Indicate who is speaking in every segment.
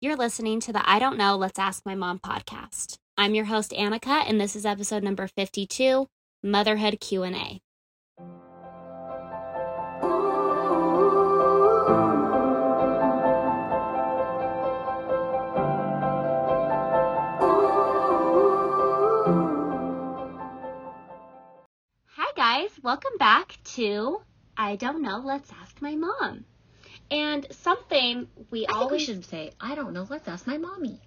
Speaker 1: You're listening to the I Don't Know, Let's Ask My Mom podcast. I'm your host Annika and this is episode number 52, Motherhood Q&A. Hi guys, welcome back to I Don't Know, Let's Ask My Mom. And something we
Speaker 2: I think we
Speaker 1: always
Speaker 2: should say, I don't know, let's ask my mommy.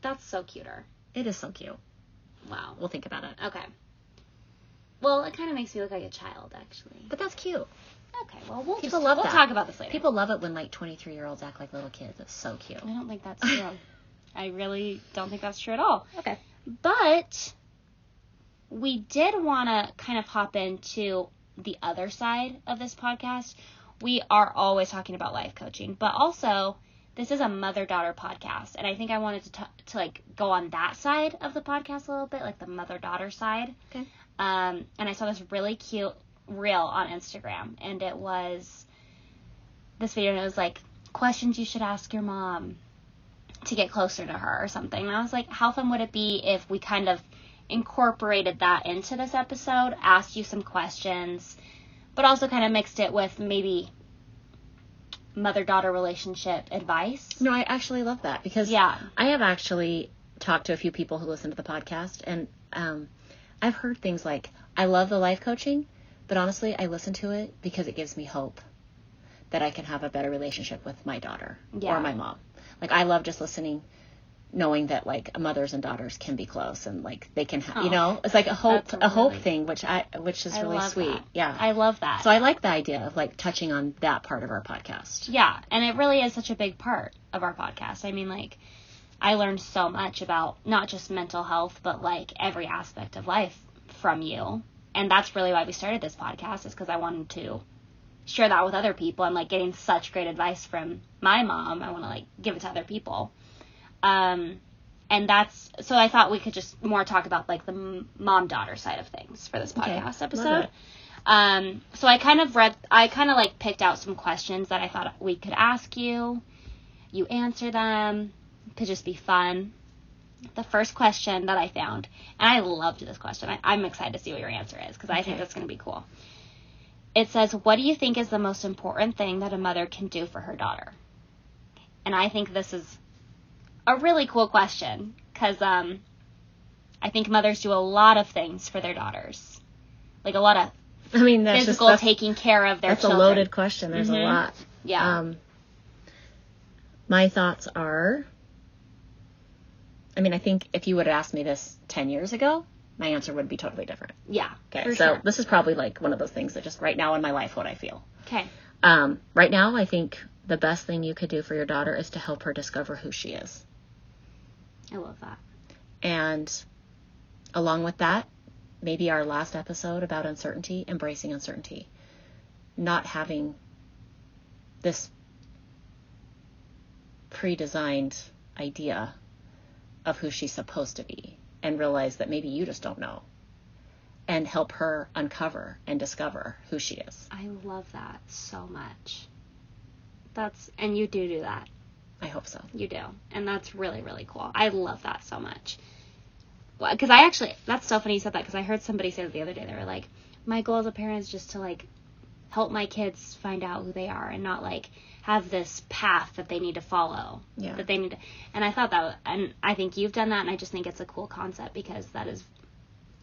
Speaker 1: that's so cuter.
Speaker 2: It is so cute.
Speaker 1: Wow.
Speaker 2: We'll think about it.
Speaker 1: Okay. Well, it kind of makes me look like a child, actually.
Speaker 2: But that's cute.
Speaker 1: Okay. Well, we'll
Speaker 2: People
Speaker 1: just,
Speaker 2: love
Speaker 1: we'll
Speaker 2: that.
Speaker 1: talk about this later.
Speaker 2: People love it when like 23 year olds act like little kids. It's so cute.
Speaker 1: I don't think that's true. I really don't think that's true at all.
Speaker 2: Okay.
Speaker 1: But we did want to kind of hop into the other side of this podcast. We are always talking about life coaching, but also this is a mother daughter podcast, and I think I wanted to t- to like go on that side of the podcast a little bit, like the mother daughter side.
Speaker 2: Okay.
Speaker 1: Um, and I saw this really cute reel on Instagram, and it was this video, and it was like questions you should ask your mom to get closer to her or something. And I was like, how fun would it be if we kind of incorporated that into this episode, asked you some questions, but also kind of mixed it with maybe mother daughter relationship advice?
Speaker 2: No, I actually love that because
Speaker 1: Yeah.
Speaker 2: I have actually talked to a few people who listen to the podcast and um, I've heard things like, I love the life coaching, but honestly, I listen to it because it gives me hope that I can have a better relationship with my daughter
Speaker 1: Yeah.
Speaker 2: or my mom. Like, I love just listening. Knowing that like mothers and daughters can be close and like they can, ha-
Speaker 1: Oh,
Speaker 2: you know, it's like a hope,
Speaker 1: that's
Speaker 2: a hope
Speaker 1: really-
Speaker 2: thing, which I, which is
Speaker 1: I
Speaker 2: really
Speaker 1: love
Speaker 2: sweet.
Speaker 1: that.
Speaker 2: Yeah.
Speaker 1: I love that.
Speaker 2: So I like the idea of like touching on that part of our podcast.
Speaker 1: Yeah, and it really is such a big part of our podcast. I mean, like, I learned so much about not just mental health, but like every aspect of life from you. And that's really why we started this podcast, is because I wanted to share that with other people. I'm like getting such great advice from my mom. I want to like give it to other people. Um, and that's so I thought we could just more talk about like the mom daughter side of things for this
Speaker 2: Okay,
Speaker 1: podcast
Speaker 2: love
Speaker 1: episode.
Speaker 2: it.
Speaker 1: Um, so I kind of read, I kind of like picked out some questions that I thought we could ask you. You answer them. It could just be fun. The first question that I found, and I loved this question. I, I'm excited to see what your answer is because I think
Speaker 2: Okay.
Speaker 1: that's going to be cool. It says, "What do you think is the most important thing that a mother can do for her daughter?" And I think this is a really cool question because um, I think mothers do a lot of things for their daughters, like a lot of
Speaker 2: I mean, that's
Speaker 1: physical
Speaker 2: just, that's,
Speaker 1: taking care of their
Speaker 2: that's a
Speaker 1: children.
Speaker 2: loaded question. There's
Speaker 1: Mhm.
Speaker 2: a lot.
Speaker 1: yeah
Speaker 2: Um, my thoughts are, I mean, I think if you would have asked me this 10 years ago, my answer would be totally different.
Speaker 1: yeah
Speaker 2: Okay.
Speaker 1: for
Speaker 2: so
Speaker 1: sure.
Speaker 2: this is probably like one of those things that just right now in my life, what I feel.
Speaker 1: okay
Speaker 2: Um, right now, I think the best thing you could do for your daughter is to help her discover who she is.
Speaker 1: i love that
Speaker 2: And along with that, maybe our last episode about uncertainty, embracing uncertainty, not having this pre designed idea of who she's supposed to be and realize that maybe you just don't know and help her uncover and discover who she is.
Speaker 1: i love that so much that's and you do do that
Speaker 2: I hope so.
Speaker 1: you do and that's really really cool i love that so much because i actually that's so funny you said that because i heard somebody say that the other day they were like my goal as a parent is just to like help my kids find out who they are and not like have this path that they need to follow
Speaker 2: Yeah.
Speaker 1: that they need to, and i thought that wa- and i think you've done that and i just think it's a cool concept because that is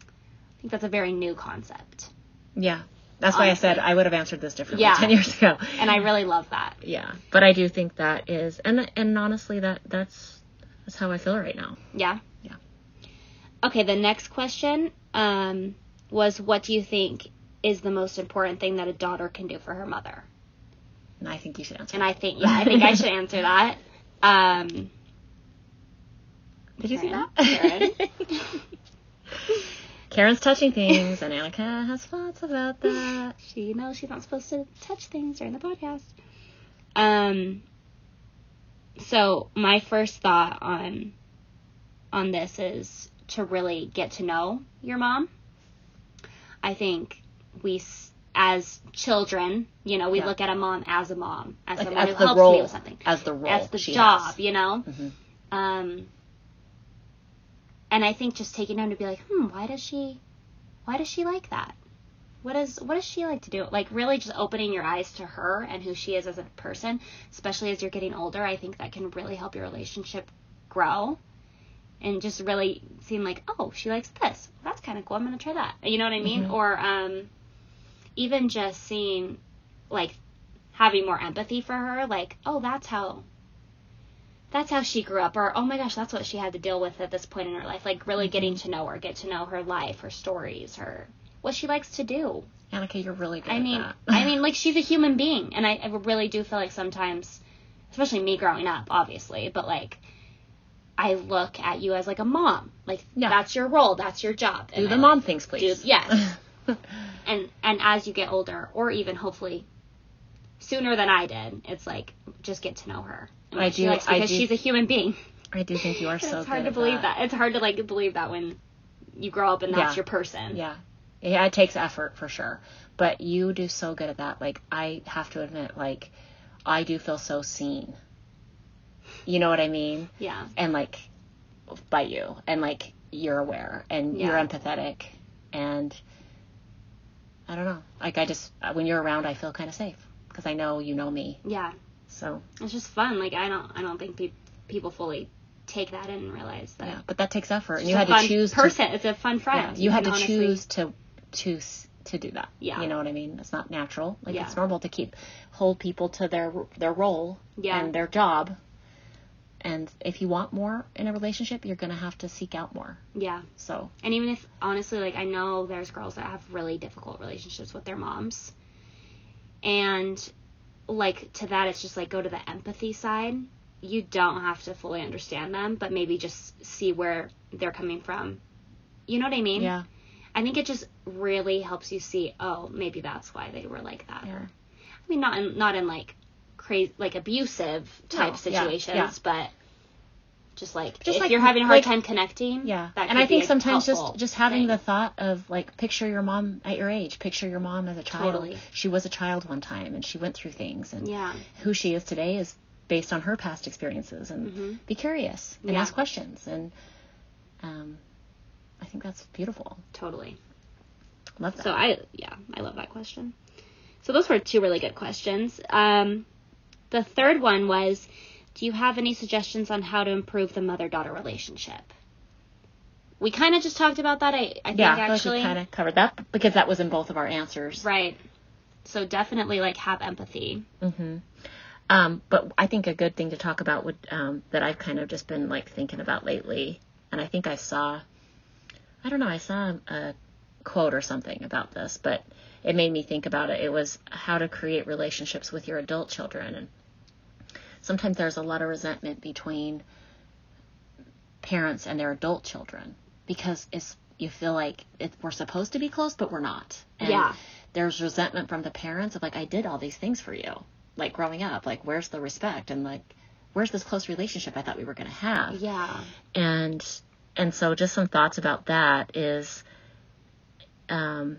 Speaker 1: i think that's a very new concept
Speaker 2: Yeah. That's why I said I would have answered this differently
Speaker 1: Yeah.
Speaker 2: 10 years ago.
Speaker 1: and i really love that
Speaker 2: yeah but i do think that is and and honestly that that's that's how i feel right now
Speaker 1: yeah
Speaker 2: Yeah.
Speaker 1: okay the next question um, was what do you think is the most important thing that a daughter can do for her mother
Speaker 2: and i think you should answer
Speaker 1: and i think yeah i think i should answer that um,
Speaker 2: did you see
Speaker 1: Karen.
Speaker 2: that
Speaker 1: Karen.
Speaker 2: karen's touching things and annika has thoughts about that
Speaker 1: she knows she's not supposed to touch things during the podcast. Um so my first thought on on this is to really get to know your mom. I think we s- as children, you know, we
Speaker 2: Yeah.
Speaker 1: look at a mom as a mom, as
Speaker 2: Like,
Speaker 1: someone
Speaker 2: as
Speaker 1: who
Speaker 2: the
Speaker 1: helps me
Speaker 2: role-
Speaker 1: with something,
Speaker 2: as the role
Speaker 1: as the
Speaker 2: she
Speaker 1: job,
Speaker 2: has.
Speaker 1: you know.
Speaker 2: Mhm.
Speaker 1: Um, and I think just taking time to be like, hmm, why does she, why does she like that? What is what does she like to do? Like really just opening your eyes to her and who she is as a person, especially as you're getting older. I think that can really help your relationship grow, and just really seeing like, oh, she likes this. That's kind of cool. I'm gonna try that. You know what I mean?
Speaker 2: Mhm.
Speaker 1: Or um, even just seeing, like, having more empathy for her. Like, oh, that's how that's how she grew up or oh my gosh that's what she had to deal with at this point in her life like really
Speaker 2: Mm-hmm.
Speaker 1: getting to know her get to know her life her stories her what she likes to do
Speaker 2: Annika, you're really good
Speaker 1: i
Speaker 2: at
Speaker 1: mean
Speaker 2: that.
Speaker 1: i mean like she's a human being and I, I really do feel like sometimes especially me growing up obviously but like i look at you as like a mom like
Speaker 2: Yeah.
Speaker 1: that's your role that's your job
Speaker 2: do
Speaker 1: in
Speaker 2: the
Speaker 1: my
Speaker 2: mom
Speaker 1: life.
Speaker 2: things, please.
Speaker 1: Do- yes. and and as you get older or even hopefully sooner than i did it's like just get to know her and
Speaker 2: I
Speaker 1: what she
Speaker 2: do-
Speaker 1: likes
Speaker 2: I
Speaker 1: because
Speaker 2: do-
Speaker 1: she's a human being
Speaker 2: I do think you are so
Speaker 1: it's hard
Speaker 2: good
Speaker 1: to
Speaker 2: at
Speaker 1: believe that. It's hard to like believe that when you grow up and that's
Speaker 2: Yeah.
Speaker 1: your person.
Speaker 2: Yeah. Yeah, it takes effort for sure. But you do so good at that. Like I have to admit, like I do feel so seen. You know what I mean?
Speaker 1: Yeah.
Speaker 2: And like by you. And like you're aware and you're
Speaker 1: Yeah.
Speaker 2: empathetic and I don't know. Like I just uh, when you're around I feel kind of safe because I know you know me.
Speaker 1: Yeah.
Speaker 2: So,
Speaker 1: It's just fun. Like I don't I don't think pe- people fully take that in and realize that.
Speaker 2: yeah, but that takes effort. And
Speaker 1: It's
Speaker 2: you
Speaker 1: a
Speaker 2: had
Speaker 1: fun
Speaker 2: to choose to
Speaker 1: person. It's a fun
Speaker 2: Yeah,
Speaker 1: friend.
Speaker 2: you had to
Speaker 1: can honestly-
Speaker 2: choose to choose to do that.
Speaker 1: Yeah.
Speaker 2: you know what I mean. It's not natural. Like
Speaker 1: Yeah.
Speaker 2: it's normal to keep hold people to their their role
Speaker 1: Yeah.
Speaker 2: and their job. And if you want more in a relationship, you're gonna have to seek out more.
Speaker 1: Yeah.
Speaker 2: So
Speaker 1: And even if honestly, like I know there's girls that have really difficult relationships with their moms, and like to that, it's just like go to the empathy side. You don't have to fully understand them, but maybe just see where they're coming from. You know what I mean?
Speaker 2: yeah,
Speaker 1: I think it just really helps you see. Oh, maybe that's why they were like that.
Speaker 2: yeah,
Speaker 1: I mean, not in not in like crazy, like abusive type
Speaker 2: No, yeah,
Speaker 1: situations,
Speaker 2: yeah.
Speaker 1: but just like
Speaker 2: Just
Speaker 1: if
Speaker 2: like-
Speaker 1: you're having a hard
Speaker 2: like-
Speaker 1: time connecting,
Speaker 2: yeah.
Speaker 1: that
Speaker 2: And
Speaker 1: could
Speaker 2: I
Speaker 1: be
Speaker 2: think
Speaker 1: a
Speaker 2: sometimes
Speaker 1: helpful
Speaker 2: just just having
Speaker 1: thing.
Speaker 2: the thought of like picture your mom at your age, picture your mom as a child.
Speaker 1: Totally.
Speaker 2: She was a child one time, and she went through things, and
Speaker 1: Yeah.
Speaker 2: who she is today is based on her past experiences and
Speaker 1: Mhm.
Speaker 2: be curious and
Speaker 1: Yeah.
Speaker 2: ask questions and um, i think that's beautiful
Speaker 1: Totally.
Speaker 2: love that
Speaker 1: So I yeah, I love that question. So those were two really good questions. Um, the third one was, do you have any suggestions on how to improve the mother-daughter relationship? We kind of just talked about that. I, I think
Speaker 2: yeah I feel like
Speaker 1: actually
Speaker 2: we kind of covered that because that was in both of our answers
Speaker 1: right. So definitely like have empathy.
Speaker 2: hmm um, but i think a good thing to talk about would um, that i've kind of just been like thinking about lately and i think i saw i don't know i saw a quote or something about this but it made me think about it it was how to create relationships with your adult children and sometimes there's a lot of resentment between parents and their adult children because it's you feel like it, we're supposed to be close but we're not and
Speaker 1: Yeah.
Speaker 2: there's resentment from the parents of like i did all these things for you like growing up like where's the respect and like where's this close relationship i thought we were going to have
Speaker 1: Yeah.
Speaker 2: and and so just some thoughts about that is um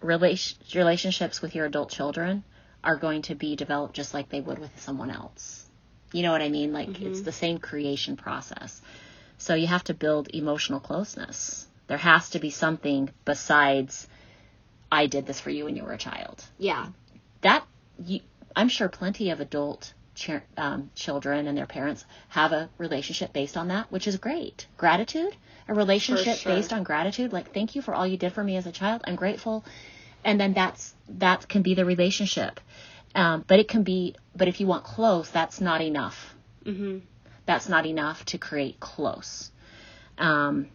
Speaker 2: relation, relationships with your adult children are going to be developed just like they would with someone else you know what i mean like it's the same creation process so you have to build emotional closeness there has to be something besides i did this for you when you were a child
Speaker 1: Yeah.
Speaker 2: that you, I'm sure plenty of adult chi- um, children and their parents have a relationship based on that, which is great. Gratitude, a relationship
Speaker 1: sure.
Speaker 2: based on gratitude, like thank you for all you did for me as a child. I'm grateful, and then that's that can be the relationship. Um, but it can be, but if you want close, that's not enough
Speaker 1: Mm-hmm.
Speaker 2: that's not enough to create close. Um,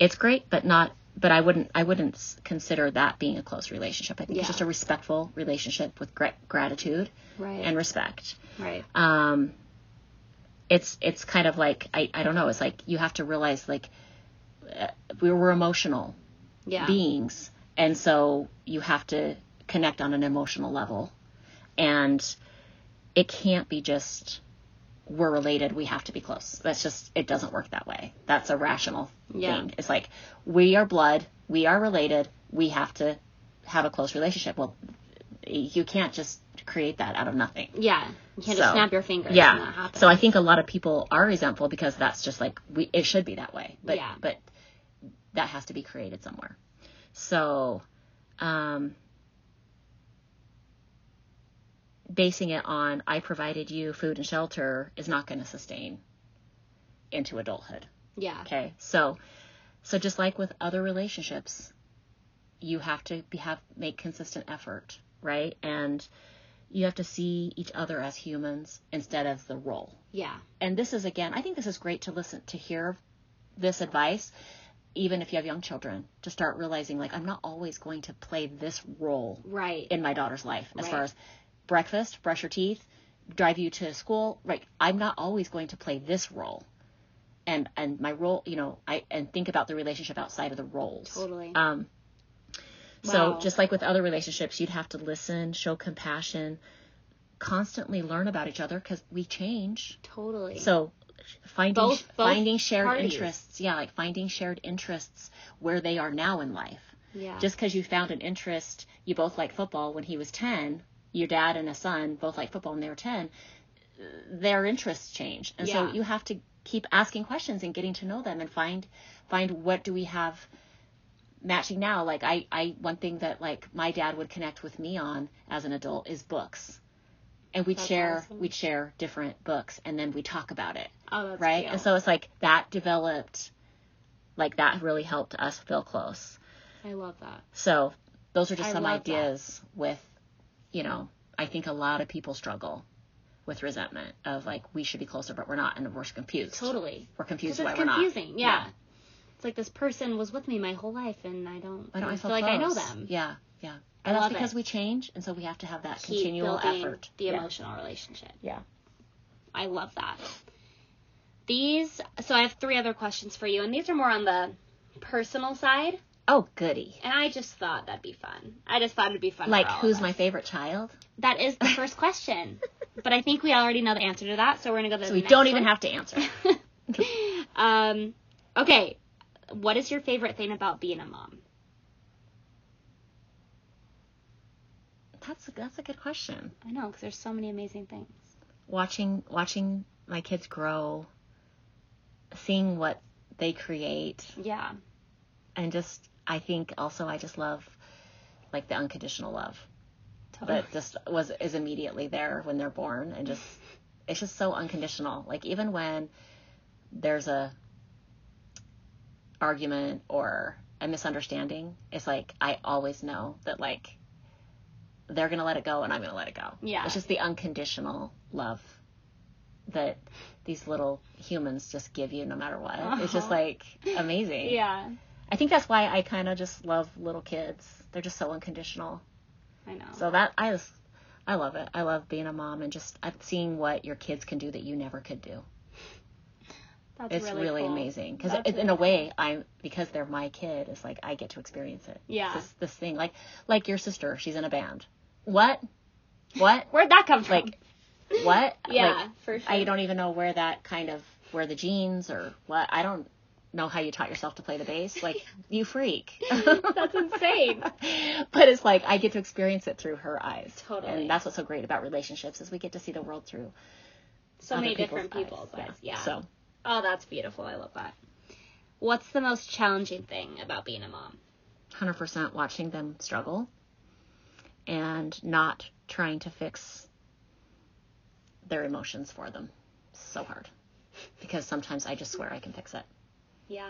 Speaker 2: it's great, but not. But I wouldn't. I wouldn't s- consider that being a close relationship. I think
Speaker 1: Yeah.
Speaker 2: it's just a respectful relationship with gra- gratitude
Speaker 1: Right.
Speaker 2: and respect.
Speaker 1: right.
Speaker 2: Um, it's it's kind of like I I don't know. It's like you have to realize like uh, we were emotional
Speaker 1: Yeah.
Speaker 2: beings. And so you have to connect on an emotional level. And it can't be just we're related, we have to be close. That's just it doesn't work that way. That's a rational
Speaker 1: Yeah.
Speaker 2: thing. It's like we are blood, we are related, we have to have a close relationship. Well, you can't just create that out of nothing.
Speaker 1: Yeah. You can't just
Speaker 2: So,
Speaker 1: snap your fingers and that
Speaker 2: Yeah.
Speaker 1: happens.
Speaker 2: So I think a lot of people are resentful because that's just like we it should be that way. But
Speaker 1: Yeah.
Speaker 2: but that has to be created somewhere. So um basing it on I provided you food and shelter is not going to sustain into adulthood.
Speaker 1: yeah.
Speaker 2: Okay. So so just like with other relationships, you have to be, have make consistent effort, right? And you have to see each other as humans instead of the role.
Speaker 1: Yeah.
Speaker 2: And this is again, I think this is great to listen to hear this advice even if you have young children to start realizing like I'm not always going to play this role
Speaker 1: Right.
Speaker 2: in my daughter's life as
Speaker 1: Right.
Speaker 2: far as breakfast, brush her teeth, drive you to school. Right. I'm not always going to play this role. And and my role, you know, I and think about the relationship outside of the roles.
Speaker 1: Totally.
Speaker 2: Um so
Speaker 1: Wow.
Speaker 2: just like with other relationships, you'd have to listen, show compassion, constantly learn about each other cuz we change.
Speaker 1: totally.
Speaker 2: So finding
Speaker 1: Both- both
Speaker 2: finding shared
Speaker 1: parties.
Speaker 2: interests. Yeah, like finding shared interests where they are now in life
Speaker 1: yeah.
Speaker 2: just because you found an interest you both like football when he was 10 your dad and a son both like football when they were 10 their interests change and
Speaker 1: Yeah.
Speaker 2: so you have to keep asking questions and getting to know them and find find what do we have matching now like i i one thing that like my dad would connect with me on as an adult is books and we'd
Speaker 1: That's
Speaker 2: share
Speaker 1: awesome.
Speaker 2: we'd share different books and then we talk about it
Speaker 1: oh, that's
Speaker 2: right?
Speaker 1: cute.
Speaker 2: And so it's like that developed, like that really helped us feel close.
Speaker 1: I love that.
Speaker 2: So those are just
Speaker 1: I
Speaker 2: some
Speaker 1: love that.
Speaker 2: ideas with, you know, I think a lot of people struggle with resentment of like we should be closer but we're not and we're confused.
Speaker 1: Totally.
Speaker 2: We're confused
Speaker 1: Because
Speaker 2: why
Speaker 1: it's
Speaker 2: we're not.
Speaker 1: confusing. Yeah. It's like this person was with me my whole life, and I don't.
Speaker 2: Why don't I feel
Speaker 1: like I know
Speaker 2: close?
Speaker 1: them.
Speaker 2: Yeah, yeah.
Speaker 1: I
Speaker 2: And that's
Speaker 1: love
Speaker 2: because
Speaker 1: it.
Speaker 2: we change and so we have to have that
Speaker 1: Keep
Speaker 2: continual
Speaker 1: building
Speaker 2: effort.
Speaker 1: The
Speaker 2: yeah.
Speaker 1: emotional relationship.
Speaker 2: Yeah.
Speaker 1: I love that. These. So I have three other questions for you, and these are more on the personal side.
Speaker 2: Oh goody.
Speaker 1: And I just thought that'd be fun. I just thought it'd be fun.
Speaker 2: Like
Speaker 1: for all
Speaker 2: who's
Speaker 1: of
Speaker 2: my
Speaker 1: us.
Speaker 2: favorite child?
Speaker 1: That is the first question, but I think we already know the answer to that, so we're gonna go to
Speaker 2: So
Speaker 1: the
Speaker 2: we
Speaker 1: next
Speaker 2: don't even
Speaker 1: one.
Speaker 2: have to answer.
Speaker 1: Um. Okay. What is your favorite thing about being a mom?
Speaker 2: that's that's a good question.
Speaker 1: I know, because there's so many amazing things.
Speaker 2: watching watching my kids grow, seeing what they create,
Speaker 1: Yeah.
Speaker 2: and just I think also I just love like the unconditional love
Speaker 1: Totally.
Speaker 2: that just was is immediately there when they're born and just it's just so unconditional. Like even when there's a argument or a misunderstanding, it's like I always know that like they're gonna let it go and I'm gonna let it go.
Speaker 1: Yeah.
Speaker 2: It's just the unconditional love that these little humans just give you no matter what. It's just
Speaker 1: Uh-huh.
Speaker 2: like amazing.
Speaker 1: yeah.
Speaker 2: I think that's why I kinda just love little kids. They're just so unconditional.
Speaker 1: I know.
Speaker 2: So that I just I love it. I love being a mom and just uh, seeing what your kids can do that you never could do.
Speaker 1: That's
Speaker 2: It's really,
Speaker 1: cool.
Speaker 2: amazing because
Speaker 1: That's
Speaker 2: in a
Speaker 1: really
Speaker 2: way I'm because they're my kid. It's like I get to experience it.
Speaker 1: Yeah.
Speaker 2: this, this thing like like your sister. She's in a band. What? What?
Speaker 1: Where'd that come from?
Speaker 2: like what?
Speaker 1: yeah,
Speaker 2: Like,
Speaker 1: for sure.
Speaker 2: I don't even know where that kind of where the genes or what. I don't know how you taught yourself to play the bass. Like you freak.
Speaker 1: That's insane.
Speaker 2: but it's like I get to experience it through her eyes.
Speaker 1: Totally.
Speaker 2: And that's what's so great about relationships is we get to see the world through
Speaker 1: So
Speaker 2: other
Speaker 1: many
Speaker 2: people's
Speaker 1: different people's eyes. Yeah.
Speaker 2: So
Speaker 1: Oh, that's beautiful. I love that. What's the most challenging thing about being a mom?
Speaker 2: hundred percent watching them struggle and not trying to fix their emotions for them. So hard. Because sometimes I just swear I can fix it.
Speaker 1: Yeah.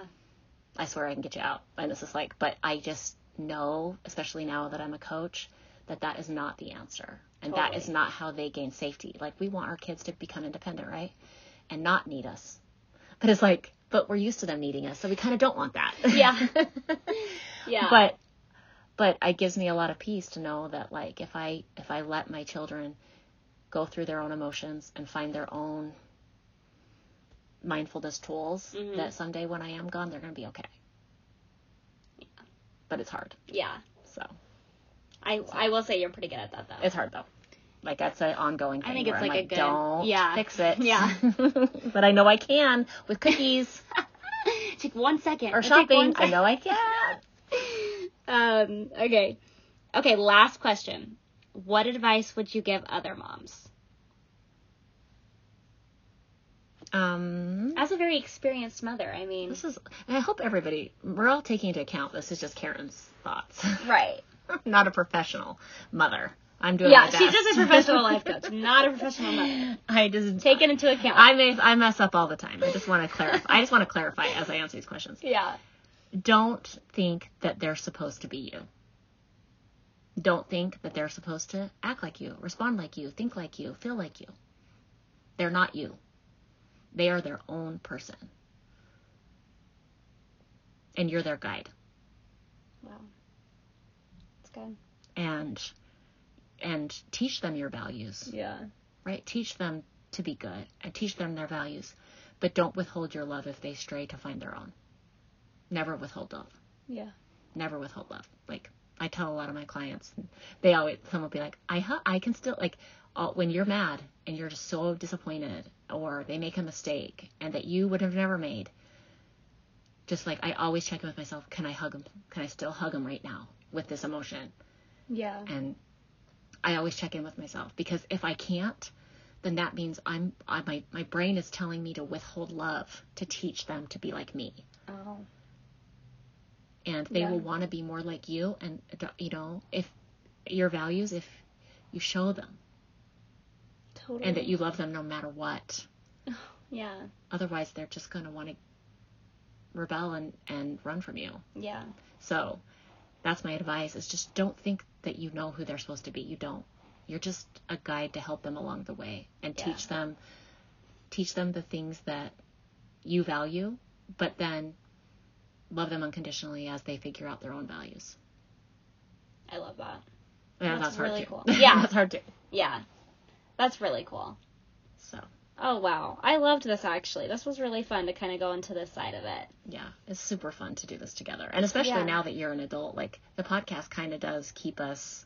Speaker 2: I swear I can get you out. And this is like, but I just know, especially now that I'm a coach, that that is not the answer. And that is
Speaker 1: Totally.
Speaker 2: not how they gain safety. Like, we want our kids to become independent, right? And not need us. But it's like, but we're used to them needing us, so we kind of don't want that.
Speaker 1: Yeah. Yeah.
Speaker 2: but but it gives me a lot of peace to know that like if i if i let my children go through their own emotions and find their own mindfulness tools
Speaker 1: Mhm.
Speaker 2: that someday when i am gone they're going to be okay but it's hard
Speaker 1: yeah.
Speaker 2: so
Speaker 1: I I will say you're pretty good at that though.
Speaker 2: it's hard though Like that's an ongoing thing.
Speaker 1: I think
Speaker 2: where
Speaker 1: it's
Speaker 2: I'm
Speaker 1: like a good-
Speaker 2: don't
Speaker 1: yeah.
Speaker 2: fix it.
Speaker 1: Yeah.
Speaker 2: but I know I can with cookies
Speaker 1: Take one second.
Speaker 2: or
Speaker 1: It'll take
Speaker 2: shopping.
Speaker 1: one
Speaker 2: I
Speaker 1: sec-
Speaker 2: know I can.
Speaker 1: Um, okay. Okay, last question. What advice would you give other moms?
Speaker 2: Um,
Speaker 1: As a very experienced mother, I mean.
Speaker 2: this is. and I hope everybody. We're all taking into account. This is just Karen's thoughts.
Speaker 1: Right.
Speaker 2: I'm not a professional mother. I'm doing
Speaker 1: Yeah,
Speaker 2: my
Speaker 1: she's
Speaker 2: best.
Speaker 1: just a professional life coach, not a professional mother.
Speaker 2: I just
Speaker 1: Take it into account.
Speaker 2: I may I mess up all the time. I just want to clarify. I just want to clarify as I answer these questions.
Speaker 1: yeah.
Speaker 2: Don't think that they're supposed to be you. Don't think that they're supposed to act like you, respond like you, think like you, feel like you. They're not you. They are their own person. And you're their guide.
Speaker 1: Wow. That's good.
Speaker 2: And and teach them your values.
Speaker 1: Yeah.
Speaker 2: right? Teach them to be good and teach them their values, but don't withhold your love if they stray to find their own. Never withhold love.
Speaker 1: Yeah.
Speaker 2: Never withhold love. Like I tell a lot of my clients, they always some will be like, I ha- I can still like uh, when you're mad and you're just so disappointed, or they make a mistake and that you would have never made. Just like I always check in with myself, can I hug them? Can I still hug them right now with this emotion?
Speaker 1: Yeah.
Speaker 2: and I always check in with myself because if I can't, then that means I'm I, my my brain is telling me to withhold love to teach them to be like me,
Speaker 1: Oh.
Speaker 2: and they
Speaker 1: Yeah.
Speaker 2: will want to be more like you. And uh, you know, if your values, if you show them
Speaker 1: Totally.
Speaker 2: and that you love them no matter what,
Speaker 1: Yeah.
Speaker 2: otherwise they're just going to want to rebel and and run from you.
Speaker 1: Yeah.
Speaker 2: So that's my advice is just don't think that you know who they're supposed to be. You don't. You're just a guide to help them along the way and
Speaker 1: Yeah.
Speaker 2: teach them teach them the things that you value, but then love them unconditionally as they figure out their own values.
Speaker 1: I love that.
Speaker 2: Yeah,
Speaker 1: That's
Speaker 2: that's, hard
Speaker 1: really
Speaker 2: too.
Speaker 1: cool. Yeah.
Speaker 2: that's hard too.
Speaker 1: Yeah. That's really cool.
Speaker 2: So
Speaker 1: Oh wow. I loved this actually. This was really fun to kind of go into this side of it.
Speaker 2: yeah, it's super fun to do this together. And especially
Speaker 1: Yeah.
Speaker 2: now that you're an adult, like the podcast kind of does keep us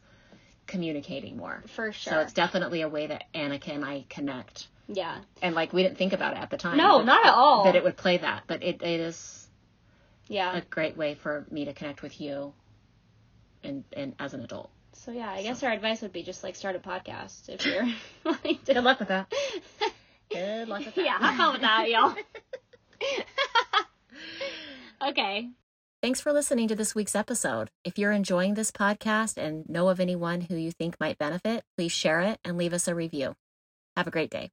Speaker 2: communicating more.
Speaker 1: For sure.
Speaker 2: So it's definitely a way that Annika and I connect
Speaker 1: yeah.
Speaker 2: and like we didn't think about it at the time.
Speaker 1: No,
Speaker 2: that-
Speaker 1: not at all.
Speaker 2: That it would play that, but it, it is
Speaker 1: Yeah.
Speaker 2: a great way for me to connect with you, and and as an adult.
Speaker 1: so yeah, I guess our advice would be just like start a podcast if you're wanting to
Speaker 2: Good luck with that. Good luck with that.
Speaker 1: Yeah, have fun with that, y'all. okay.
Speaker 2: Thanks for listening to this week's episode. If you're enjoying this podcast and know of anyone who you think might benefit, please share it and leave us a review. Have a great day.